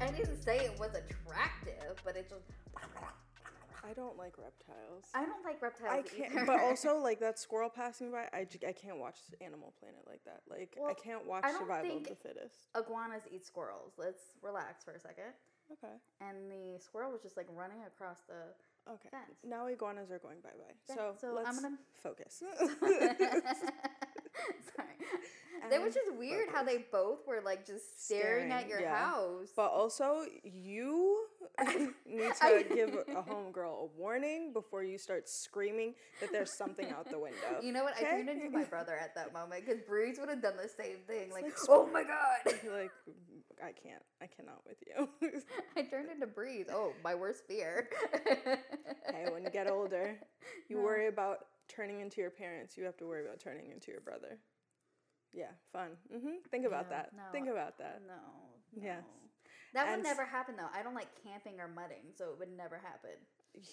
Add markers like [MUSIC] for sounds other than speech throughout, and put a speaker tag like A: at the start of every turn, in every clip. A: I didn't say it was attractive, but it just.
B: I don't like reptiles.
A: I don't like reptiles.
B: I can't.
A: either.
B: But also, like that squirrel passing by, I, j- I can't watch Animal Planet like that. Like I
A: Well,
B: can't watch
A: I don't
B: Survival
A: think-
B: of the Fittest.
A: [LAUGHS] iguanas eat squirrels. Let's relax for a second.
B: Okay.
A: And the squirrel was just like running across the.
B: Okay.
A: Fence.
B: Now iguanas are going bye bye.
A: Yeah,
B: so,
A: so I'm
B: let's [LAUGHS]
A: gonna- [LAUGHS]
B: focus.
A: Sorry. That was
B: And
A: just weird how they both were like just staring, at
B: Staring,
A: your
B: yeah.
A: house.
B: but also, you [LAUGHS] need
A: I- [LAUGHS]
B: to give a homegirl a warning before you start screaming that there's something out the window.
A: [LAUGHS] you know what? I
B: okay?
A: turned into my brother at that moment because Breeze would have done the same thing. Like,
B: like
A: oh my god!
B: [LAUGHS]
A: [LAUGHS]
B: like, I can't. I cannot with you. [LAUGHS]
A: I turned into Breeze. Oh, my worst fear.
B: hey, when
A: [LAUGHS]
B: you get older, you
A: No.
B: worry about turning into your parents. You have to worry about turning into your brother. Yeah, fun. hmm Think about
A: No,
B: that.
A: no,
B: Think about that.
A: Uh, No.
B: Yes.
A: no. That would
B: And-
A: never happen though. I don't like camping or mudding, so it would never happen.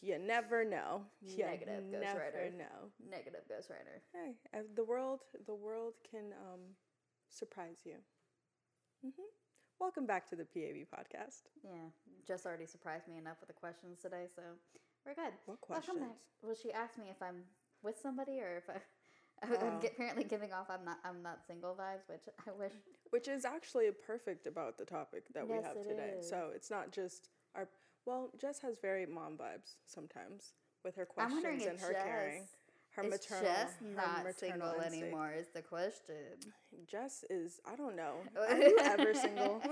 B: You never know. You
A: Negative Ghost
B: never
A: Rider.
B: know.
A: Negative Ghost Rider.
B: Hey, uh, the world, the world can um, surprise you. hmm Welcome back to the PAB podcast.
A: Yeah, Jess already surprised me enough with the questions today, so we're good.
B: What
A: Welcome back.
B: questions?
A: Well, she asked me if I'm with somebody or if I. [LAUGHS] I- I'm
B: Oh.
A: ge- apparently giving off I'm not I'm not single vibes, which I wish.
B: Which is actually perfect about the topic that we
A: Yes,
B: have
A: it
B: today.
A: is.
B: So it's not just our. Well, Jess has very mom vibes sometimes with her
A: I'm
B: questions
A: wondering
B: and
A: if
B: her caring.
A: Jess
B: Her
A: is
B: maternal,
A: just
B: her
A: not
B: maternal
A: single
B: instinct.
A: anymore is the question.
B: Jess is. I
A: [LAUGHS]
B: don't know. Are you ever single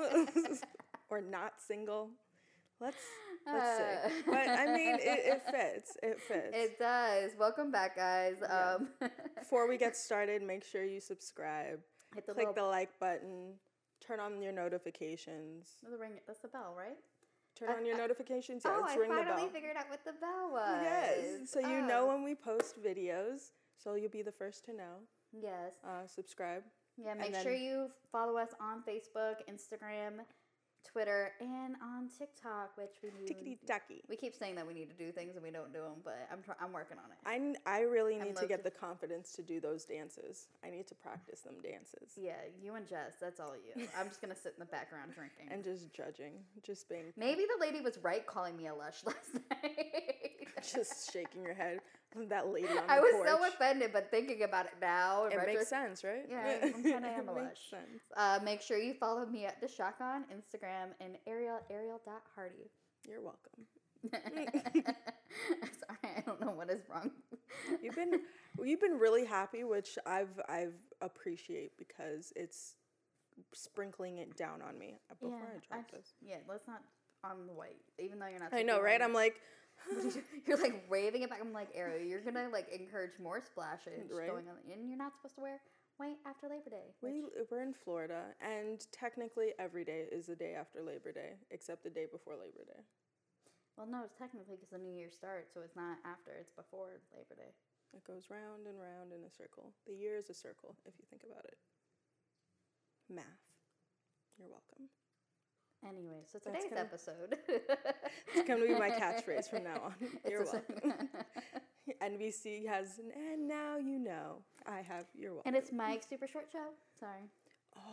B: [LAUGHS] or not single? Let's let's
A: Uh,
B: see. But I
A: [LAUGHS]
B: mean, it, it fits. It fits.
A: It does. Welcome back, guys. Um, [LAUGHS]
B: Before we get started, make sure you subscribe,
A: hit the
B: click
A: little
B: the like button, turn on your notifications,
A: the ring. That's the bell, right?
B: turn on your notifications.
A: oh,
B: Yes,
A: I
B: ring the
A: finally
B: bell.
A: figured out what the bell was.
B: Yes, so you
A: Oh.
B: know when we post videos, so you'll be the first to know.
A: Yes.
B: Uh, subscribe.
A: Yeah, make
B: then-
A: sure you follow us on Facebook, Instagram, Twitter, and on TikTok, which we need.
B: Tickety tacky.
A: We keep saying that we need to do things and we don't do them, but I'm try- I'm working on it.
B: I, n- I really need to
A: low
B: get the confidence to do those dances. I need to practice them dances
A: Yeah, you and Jess, that's all you. I'm just gonna sit in the background drinking.
B: [LAUGHS] and just judging, just being, [LAUGHS]
A: Maybe the lady was right calling me a lush [LAUGHS] last night.
B: just shaking your head. That lady on
A: [LAUGHS]
B: the
A: I was
B: porch.
A: so offended, but thinking about it now, in
B: it
A: retros-
B: makes sense, right? [LAUGHS]
A: Yeah, I'm kinda
B: It
A: am a
B: makes
A: lush.
B: sense.
A: Uh, make sure you follow me at the shock on Instagram and Ariel [LAUGHS] Ariel.hardy.
B: You're welcome.
A: Sorry, I don't know what is wrong.
B: You've been you've been really happy, which I've I've appreciate because it's sprinkling it down on me before I drop
A: I-
B: this.
A: Yeah, let's not on the white, even though you're not.
B: I know, right? I'm like,
A: [LAUGHS]
B: [LAUGHS]
A: you're like waving it back. I'm like, Ariel, you're gonna like encourage more splashes
B: Right.
A: going on, and you're not supposed to wear white after Labor Day.
B: we we're in Florida, and technically every day is the day after Labor Day, except the day before Labor Day.
A: Well, no, it's technically because the new year starts, so it's not after; it's before Labor Day.
B: It goes round and round in a circle. The year is a circle, if you think about it. Math. You're welcome.
A: Anyway, so
B: That's
A: today's
B: gonna-
A: episode.
B: It's going to be
A: [LAUGHS]
B: my catchphrase from now on. You're
A: It's a-
B: welcome.
A: [LAUGHS]
B: NBC has, an, and now you know I have, you're welcome.
A: and it's Mike's super short show. Sorry,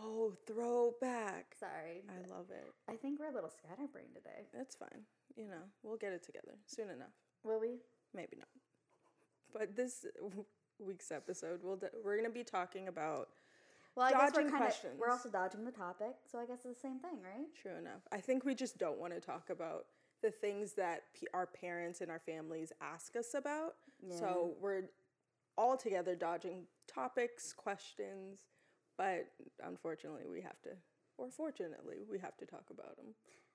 B: Oh, throwback.
A: sorry.
B: I love it.
A: I think we're a little scatterbrained today.
B: That's fine. You know, we'll get it together soon enough.
A: Will we?
B: Maybe not. But this week's episode, we'll de- we're going to be talking about
A: Well, I guess
B: Dodging
A: we're kind of
B: questions.
A: we're also dodging the topic, so I guess it's the same thing, right?
B: True enough. I think we just don't want to talk about the things that p- our parents and our families ask us about. So we're all together dodging topics, questions, but unfortunately we have to, or fortunately, we have to talk about them,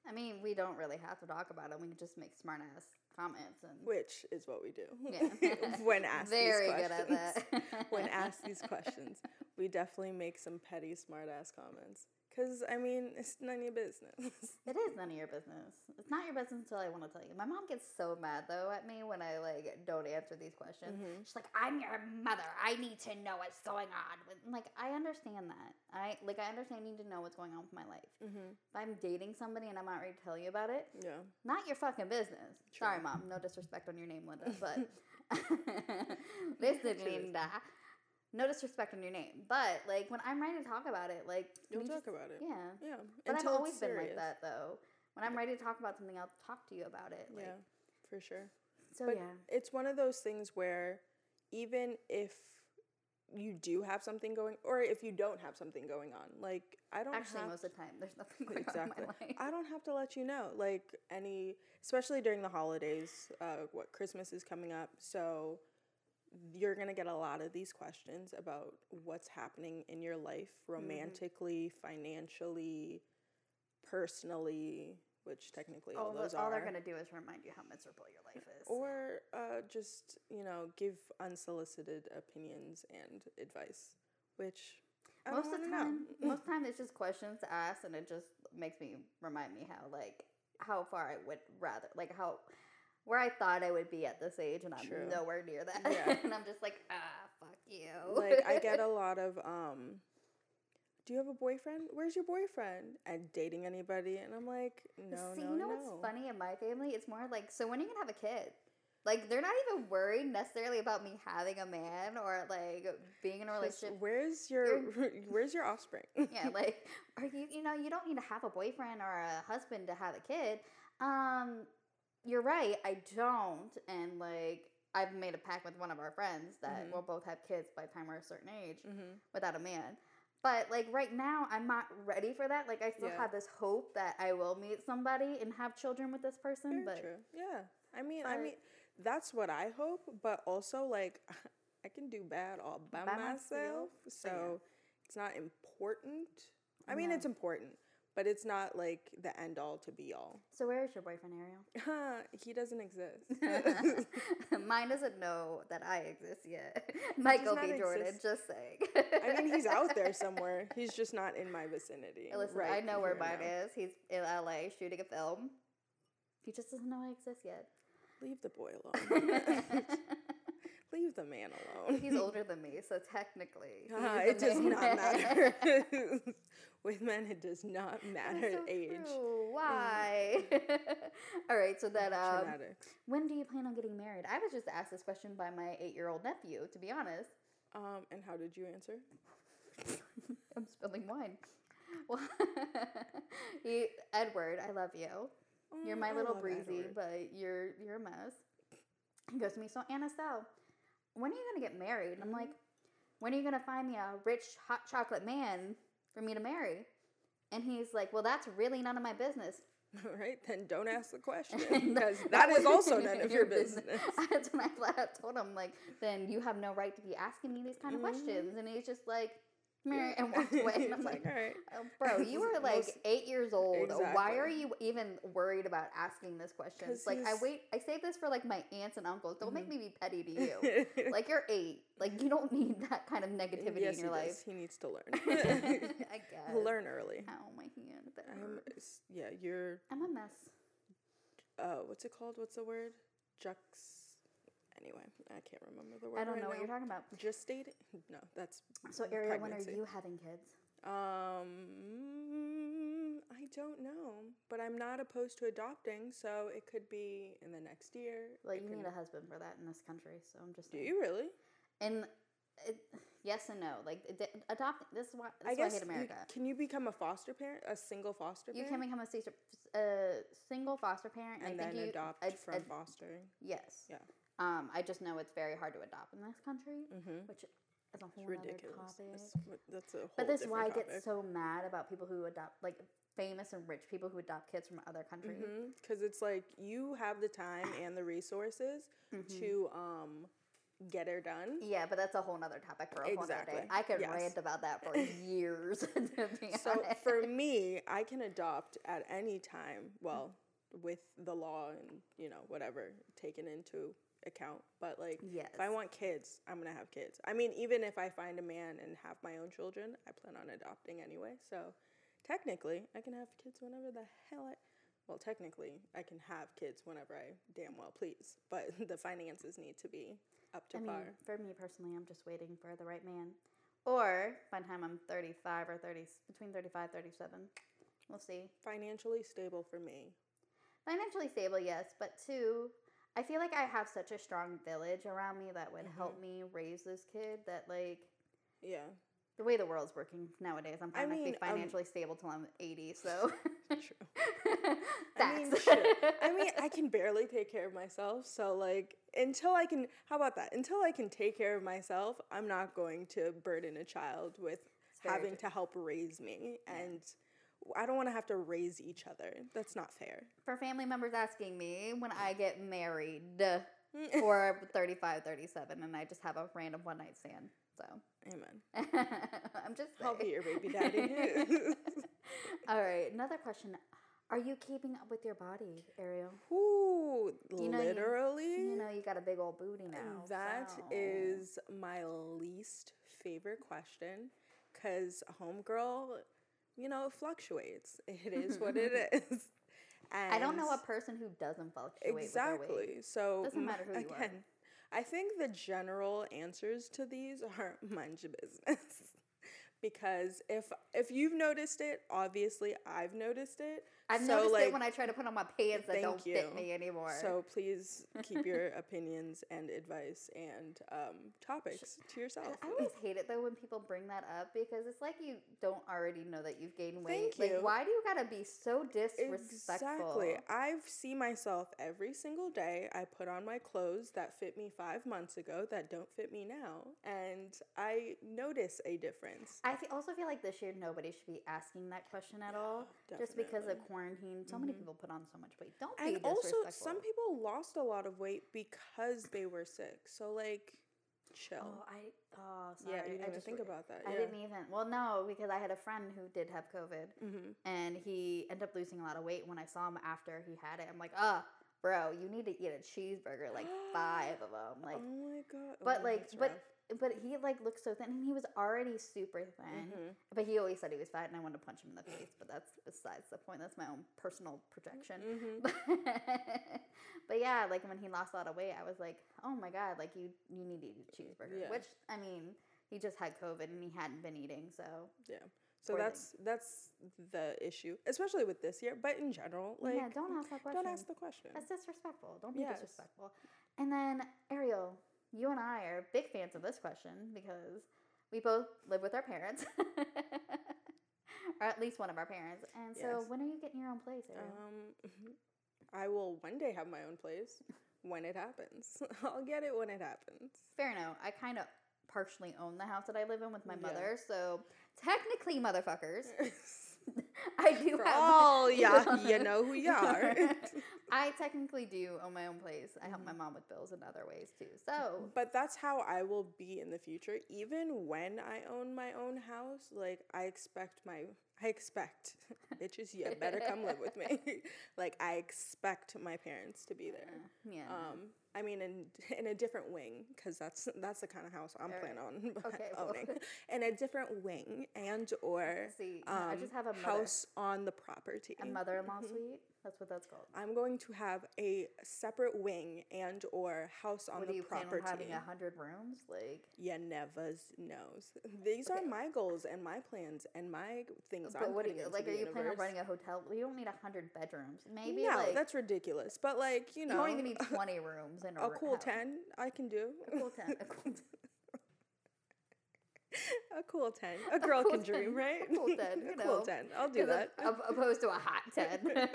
A: I mean, we don't really have to talk about it. We can just make smart ass comments and
B: which is what we do
A: Yeah.
B: [LAUGHS] when asked
A: very
B: these
A: good
B: questions.
A: at that.
B: [LAUGHS]
A: [LAUGHS]
B: when asked these questions, we definitely make some petty, smart ass comments. Because, I mean, it's none of your business.
A: it is none of your business. It's not your business until I want to tell you. My mom gets so mad though at me when I like don't answer these questions.
B: Mm-hmm.
A: She's like, "I'm your mother. I need to know what's going on." With I'm like, I understand that. I like I understand you need to know what's going on with my life. If I'm dating somebody and I'm not ready to tell you about it,
B: Mm-hmm. yeah.
A: Not your fucking business. Sorry, [LAUGHS]
B: [LAUGHS]
A: mom. No disrespect on your name, Linda, but listen, Linda. no disrespect on your name, but like when I'm ready to talk about it, like
B: You'll
A: we just-
B: talk about it.
A: Yeah,
B: Yeah.
A: but I've
B: until it's
A: always been like
B: serious.
A: that though. When I'm ready to talk about something, I'll talk to you about it. Like,
B: Yeah, for sure.
A: So
B: but
A: yeah,
B: it's one of those things where even if you do have something going or if you don't have something going on like i don't
A: actually,
B: have
A: most of the time, there's nothing going
B: exactly
A: on in my life.
B: i don't have to let you know like any especially during the holidays uh, what christmas is coming up so you're going to get a lot of these questions about what's happening in your life
A: Mm-hmm.
B: romantically financially personally which technically all,
A: all, the-
B: those
A: all
B: are
A: they're gonna do is remind you how miserable your life is.
B: or uh, just you know give unsolicited opinions and advice which I
A: most
B: don't
A: of the
B: [LAUGHS] wanna know.
A: time, Um, most time it's just questions to ask, and it just makes me remind me how like how far I would rather like how where I thought I would be at this age, and I'm
B: True.
A: nowhere near that.
B: Yeah.
A: [LAUGHS] and I'm just like, ah, fuck you.
B: like i
A: [LAUGHS]
B: get a lot of um do you have a boyfriend where's your boyfriend and dating anybody and i'm like no
A: See,
B: no
A: you know
B: no
A: what's funny in my family? It's more like, so when are you gonna have a kid? Like they're not even worried necessarily about me having a man or like being in a
B: Just,
A: relationship.
B: where's your [LAUGHS] where's your offspring
A: [LAUGHS] yeah,
B: [LAUGHS]
A: like are you you know, you don't need to have a boyfriend or a husband to have a kid. Um you're right, I don't and like I've made a pact with one of our friends that
B: Mhm.
A: we'll both have kids by the time we're a certain age
B: Mhm.
A: without a man. But like right now, I'm not ready for that. Like I still
B: Yeah.
A: have this hope that I will meet somebody and have children with this person.
B: Very
A: but
B: true. yeah i mean i
A: but-
B: mean that's what i hope but also like [LAUGHS] i can do bad all by,
A: By
B: myself,
A: myself,
B: so
A: yeah.
B: it's not important i mean
A: No.
B: it's important but it's not like the end all to be all [LAUGHS]
A: so where is your boyfriend, Ariel?
B: he doesn't exist
A: [LAUGHS] Mine doesn't know that I exist yet. Michael
B: not
A: B. Jordan,
B: exist.
A: just saying.
B: I mean, he's out
A: [LAUGHS]
B: there somewhere. He's just not in my vicinity.
A: Listen, I
B: right
A: know where
B: here
A: mine
B: now.
A: is. He's in LA shooting a film. He just doesn't know I exist
B: [LAUGHS]
A: yet. [LAUGHS]
B: Leave the boy alone. [LAUGHS] Leave the man alone. [LAUGHS]
A: he's older than me, so technically, he
B: Ah,
A: is
B: it
A: the
B: does
A: main
B: not
A: man. [LAUGHS]
B: matter. [LAUGHS] With men, it does not
A: That's
B: matter
A: so
B: age. Mm.
A: true. Why? [LAUGHS] All right, so then um,
B: Genetics.
A: when do you plan on getting married? I was just asked this question by my eight-year-old nephew. To be honest, [LAUGHS]
B: Um, and how did you answer?
A: I'm spilling wine. [LAUGHS] Well, he, Edward, I love you. You're
B: Mm,
A: my
B: I
A: little
B: love
A: breezy,
B: Edward.
A: but you're you're a mess. He goes to me, so Anna, so when are you gonna get married? And I'm
B: Mhm.
A: like, when are you gonna find me a rich hot chocolate man for me to marry? And he's like, well, that's really none of my business.
B: [LAUGHS]
A: [LAUGHS]
B: All right, then don't ask the question
A: And
B: because
A: that- [LAUGHS]
B: that is
A: was
B: also none of your business.
A: [LAUGHS] That's when I flat out [LAUGHS] told him, like, then you have no right to be asking me these kind of
B: Mhm.
A: questions. And he's just like, "Meh," and walked away. And
B: [LAUGHS]
A: I'm
B: It's
A: like,
B: all right.
A: oh, bro,
B: [LAUGHS]
A: you were like
B: Most-
A: eight years old. Why are
B: Exactly.
A: you even worried about asking this question?
B: 'Cause
A: Like, I
B: he's-
A: wait, I save this for like my aunts and uncles. Don't make
B: Mhm.
A: me be petty to
B: [LAUGHS]
A: you. like, you're eight. Like, you don't need that kind of negativity
B: Mm-hmm. yes,
A: in your
B: he
A: life. [LAUGHS]
B: does. He needs to
A: I
B: [LAUGHS] learn.
A: guess.
B: learn early.
A: Ow, my hand. that
B: I'm,
A: hurt.
B: Um, s- yeah, you're.
A: I'm a mess.
B: Uh, what's it called? What's the word? Jux. Anyway, I can't remember the word.
A: I don't
B: right
A: know what
B: now.
A: you're talking about.
B: Just dating? No, that's.
A: So, Ariel, when are
B: pregnancy.
A: you having kids?
B: Um, I don't know, but I'm not opposed to adopting, so it could be in the next year.
A: Well,
B: it
A: you
B: could-
A: need a husband for that in this country, so I'm just
B: Do
A: saying.
B: you really?
A: And it, yes and no. Like it- it- adopt. This is why. This
B: I
A: is why I
B: guess.
A: hate
B: you-
A: America.
B: can you become a foster parent? A single foster
A: You
B: parent?
A: can become a, sis- a single foster parent,
B: and
A: I
B: then
A: think you,
B: adopt
A: ad-
B: from
A: ad-
B: fostering.
A: yes.
B: Yeah.
A: Um, I just know it's very hard to adopt in this country,
B: Mm-hmm.
A: which is a whole
B: It's
A: other
B: ridiculous.
A: topic.
B: That's, what- that's a whole
A: but this is why I
B: different topic.
A: get so mad about people who adopt, like famous and rich people who adopt kids from other countries.
B: Mm-hmm. Because it's like you have the time and the resources
A: Mhm.
B: to um, get her done.
A: Yeah, but that's a whole nother topic for a whole nother day.
B: Exactly.
A: I could
B: Yes.
A: rant about that
B: [LAUGHS]
A: for years. [LAUGHS] to be
B: So
A: honest.
B: for me, I can adopt at any time. Well, with the law and you know whatever taken into account. But like,
A: yes,
B: if I want kids, I'm gonna have kids. I mean, even if I find a man and have my own children, I plan on adopting anyway. So technically, I can have kids whenever the hell I. Well, technically, I can have kids whenever I damn well please, [LAUGHS] but the finances need to be up to
A: I mean,
B: par.
A: for me personally, I'm just waiting for the right man. Or by the time I'm 35 or 30, between 35 37. We'll see.
B: Financially stable for me.
A: Financially stable, yes, but two,
B: Mm-hmm.
A: I feel like I have such a strong village around me that would help me raise this kid that, like,
B: Yeah.
A: [LAUGHS] The way the world's working nowadays, I'm
B: I
A: probably not
B: mean,
A: be
B: um,
A: financially stable till I'm 80. So [LAUGHS]
B: True. [LAUGHS] I mean,
A: Facts.
B: sure. I mean, [LAUGHS] I can barely take care of myself. So, like, until I can, how about that? Until I can take care of myself, I'm not going to burden a child with
A: [LAUGHS] It's very
B: having
A: true.
B: to help raise me. And I don't want to have to raise each other. That's not fair.
A: for family members asking me when I get
B: [LAUGHS]
A: married or 35, 37, and I just have a random one night stand. So [LAUGHS]
B: Amen.
A: I'm just
B: I'll be
A: saying.
B: your [LAUGHS] baby daddy. [LAUGHS]
A: [LAUGHS] All right, another question. Are you keeping up with your body, Ariel?
B: Ooh,
A: know, you-
B: literally.
A: You know you got a big old booty now.
B: That
A: so-
B: is my least favorite question because homegirl, you know, it fluctuates. It is
A: [LAUGHS]
B: what it is. And
A: I don't know a person who doesn't fluctuate with their weight.
B: exactly. So
A: Doesn't
B: m-
A: matter who you are.
B: again, I think the general answers to these are [LAUGHS] mind your business. because if if you've noticed it, obviously I've noticed it.
A: I've
B: So,
A: noticed
B: like,
A: it when I try to put on my pants that
B: thank
A: don't
B: you.
A: fit me anymore.
B: So please
A: [LAUGHS]
B: keep your opinions and advice and um, topics to
A: I-
B: yourself.
A: I always hate it though when people bring that up because it's like you don't already know that you've gained weight.
B: Thank you.
A: Like why do you gotta be so disrespectful?
B: Exactly. I see myself every single day. I put on my clothes that fit me five months ago that don't fit me now, and I notice a difference.
A: I fe- also feel like this year nobody should be asking that question at all, just because of
B: definitely.
A: quarantine. So many people put on so much weight. Don't
B: And
A: be
B: also,
A: disrespectful.
B: some people lost a lot of weight because they were sick. So, like, chill.
A: Oh, I oh sorry.
B: yeah, you didn't
A: I
B: even
A: just
B: think
A: re-
B: about that.
A: I didn't even. Well, no, because I had a friend who did have COVID,
B: Mm-hmm.
A: and he ended up losing a lot of weight. When I saw him after he had it, I'm like, ah, bro, you need to eat a cheeseburger, [GASPS] like five of them, like.
B: oh my god! Oh,
A: but like
B: that's
A: but
B: rough.
A: but he like looked so thin and he was already super thin
B: Mhm.
A: but he always said he was fat and i wanted to punch him in the face but that's besides the point that's my own personal projection [LAUGHS]
B: Mhm.
A: but, yeah like when he lost a lot of weight i was like oh my god like you you need to eat a cheeseburger
B: Yeah.
A: which i mean he just had covid and he hadn't been eating so
B: So
A: Poor thing.
B: that's that's the issue, especially with this year, but in general, like
A: yeah don't ask that question
B: don't ask the question.
A: that's disrespectful don't be
B: Yes.
A: disrespectful and then ariel you and i are big fans of this question because we both live with our parents [LAUGHS] or at least one of our parents and so
B: Yes.
A: when are you getting your own place ariel?
B: Um, [LAUGHS] I will one day have my own place when it happens. [LAUGHS] I'll get it when it happens.
A: fair enough. I kind of partially own the house that I live in with my
B: Yeah.
A: mother, so technically, motherfuckers, [LAUGHS] I do
B: For
A: have [LAUGHS]
B: all ya, you know who you are. [LAUGHS]
A: I technically do own my own place. I
B: Mm-hmm.
A: help my mom with bills in other ways too. So
B: but that's how I will be in the future. Even when I own my own house, like I expect my I expect [LAUGHS] bitches, you better come live with me. [LAUGHS] like I expect my parents to be there.
A: uh, yeah. no.
B: Um, I mean, in in a different wing, because that's that's the kind of house I'm
A: All
B: planning on [LAUGHS]
A: Okay, well-
B: owning. in a different wing and or
A: See, no,
B: um,
A: I just have a mother,
B: house Mm-hmm. on the property.
A: a mother-in-law suite. That's what that's called.
B: I'm going to have a separate wing and or house on
A: what
B: the
A: do you plan
B: property.
A: on having a hundred rooms? Like,
B: you never knows. These
A: Okay.
B: are my goals and my plans and my things.
A: but
B: I'm
A: what do
B: putting
A: you
B: into
A: like?
B: the
A: Are you planning on
B: universe.
A: running a hotel? You don't need a hundred bedrooms. Maybe
B: no,
A: like
B: that's ridiculous. But like you
A: you,
B: know,
A: don't even need twenty rooms in a,
B: a
A: roo-
B: cool
A: house.
B: ten I can do.
A: A cool
B: [LAUGHS]
A: tent. A cool tent.
B: A cool 10.
A: [LAUGHS]
B: A girl
A: cool
B: can dream,
A: 10.
B: right? [LAUGHS]
A: A cool 10, you
B: a cool
A: know.
B: 10. I'll do
A: As
B: that.
A: op- op- opposed to a hot 10. [LAUGHS]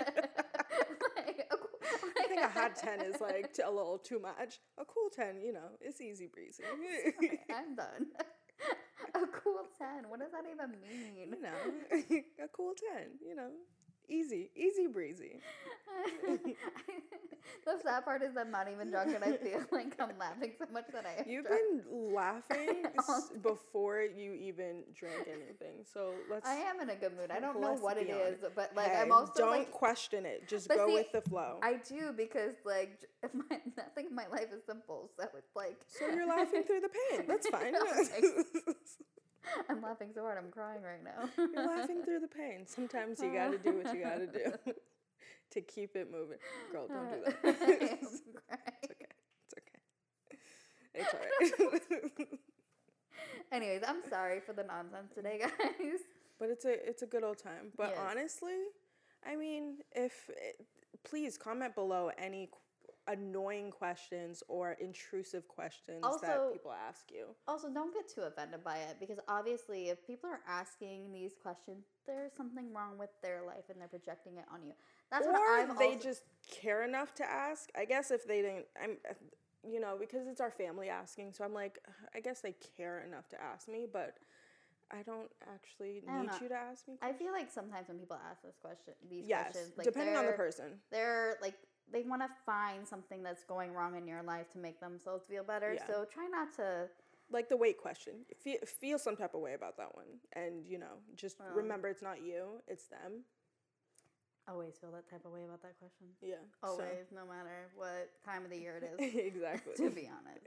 A: Like, a cool-
B: [LAUGHS] I think a hot 10
A: [LAUGHS]
B: is like t- a little too much. A cool 10, you know, it's easy breezy. [LAUGHS]
A: Sorry, I'm done. a cool 10. What does that even mean?
B: you know, [LAUGHS] a cool 10, you know, easy, easy
A: [LAUGHS]
B: breezy.
A: [LAUGHS] the sad part is I'm not even drunk and I feel
B: [LAUGHS]
A: like I'm laughing so much that I am
B: You've
A: drunk.
B: been laughing
A: [LAUGHS] All
B: s- before you even drank anything. So let's.
A: I am in a good mood. I don't know
B: Let's
A: what it
B: be honest.
A: is, but like
B: Hey,
A: I'm also
B: Don't
A: like
B: question it. Just
A: But
B: go
A: see,
B: with the flow.
A: I do because like j- [LAUGHS] if my, nothing in my life is simple, so it's like
B: so you're
A: [LAUGHS]
B: laughing through the pain. That's fine. [LAUGHS]
A: Okay. I'm laughing so hard, I'm crying right now.
B: You're laughing through the pain. Sometimes you gotta do what you gotta do [LAUGHS] to keep it moving. Girl, don't do that.
A: [LAUGHS] I'm
B: [LAUGHS] it's
A: crying.
B: okay. It's okay. It's alright.
A: [LAUGHS] Anyways, I'm sorry for the nonsense today,
B: Mm.
A: guys.
B: [LAUGHS]
A: [LAUGHS]
B: but it's a it's a good old time. But
A: Yes.
B: honestly, I mean, if it, please comment below any qu- annoying questions or intrusive questions
A: Also-
B: that people ask you.
A: Also, don't get too offended by it because obviously, if people are asking these questions, there's something wrong with their life and they're projecting it on you. That's what
B: or
A: I've
B: they
A: also,
B: just care enough to ask. I guess if they didn't, I'm, you know, because it's our family asking, so I'm like, I guess they care enough to ask me, but I don't actually
A: I don't
B: need
A: know.
B: you to ask me.
A: I feel like sometimes when people ask this question, these
B: Yes,
A: questions, like
B: depending on the
A: they're-
B: person.
A: they're like they want to find something that's going wrong in your life to make themselves feel better.
B: Yeah.
A: So try not to.
B: Like the weight question, feel, feel some type of way about that one, and you know, just
A: Well.
B: remember it's not you, it's them.
A: Always feel that type of way about that question.
B: Yeah, so-
A: Always, no matter what time of the year it is.
B: [LAUGHS] exactly.
A: [LAUGHS] to be honest,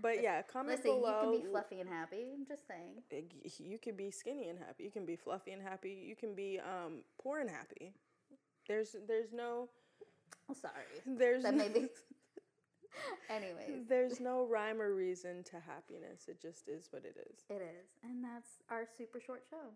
B: But yeah, comment
A: listen,
B: below.
A: you can be fluffy and happy. I'm just saying.
B: Like, You can be skinny and happy. You can be fluffy and happy. You can be um, poor and happy. There's there's no
A: I'm sorry.
B: there's
A: That
B: no, [LAUGHS]
A: maybe. Anyways,
B: there's no rhyme or reason to happiness. It just is what it is.
A: it is, and that's our super short show.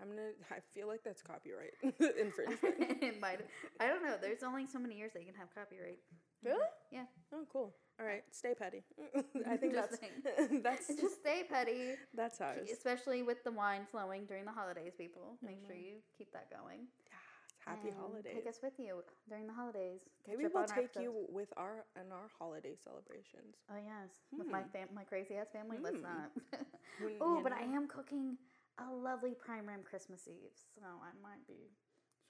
B: I'm gonna. I feel like that's copyright [LAUGHS]
A: [LAUGHS]
B: infringement.
A: it might. I don't know. There's only so many years they can have
B: [LAUGHS]
A: copyright.
B: really?
A: Yeah.
B: Oh, cool. All right, stay petty. [LAUGHS] I think
A: Just
B: that's [LAUGHS] that's
A: [LAUGHS] Just stay petty.
B: that's ours.
A: especially with the wine flowing during the holidays people make sure you keep that going
B: Mm-hmm. Happy
A: And
B: holidays.
A: take us with you during the holidays Catch
B: Maybe
A: up on
B: we'll
A: our
B: take you
A: episodes.
B: with our on our holiday celebrations.
A: oh yes with my fam- my crazy ass family let's
B: Hmm.
A: not [LAUGHS]
B: Wouldn't-
A: oh
B: you
A: but i
B: know.
A: am cooking a lovely prime rib christmas eve so i might be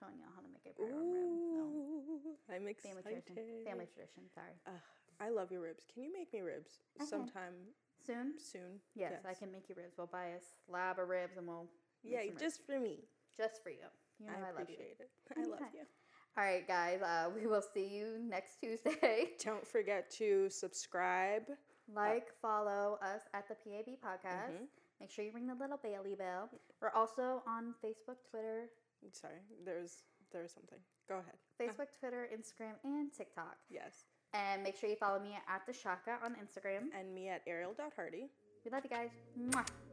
A: showing y'all how to make a prime rib so,
B: Ooh, I'm excited.
A: family tradition family tradition sorry
B: Ugh, I love your ribs. Can you make me ribs
A: Okay.
B: sometime
A: soon
B: soon?
A: yes, i can make you ribs we'll buy a slab of ribs and we'll make
B: Yeah,
A: some ribs.
B: just for me.
A: just for you you know i,
B: I
A: love you
B: appreciate it. [LAUGHS] I love
A: Okay.
B: you.
A: all right guys uh, [LAUGHS] we will see you next tuesday [LAUGHS]
B: Don't forget to subscribe.
A: Like, follow us at the PAB podcast.
B: Mhm.
A: Make sure you ring the little Bailey bell. We're also on Facebook, Twitter,
B: Sorry, there's there's something. Go ahead.
A: Facebook, Twitter, Instagram, and TikTok.
B: Yes.
A: And make sure you follow me at the Shaka on Instagram.
B: And me at ariel.hardy.
A: We love you guys. Mwah.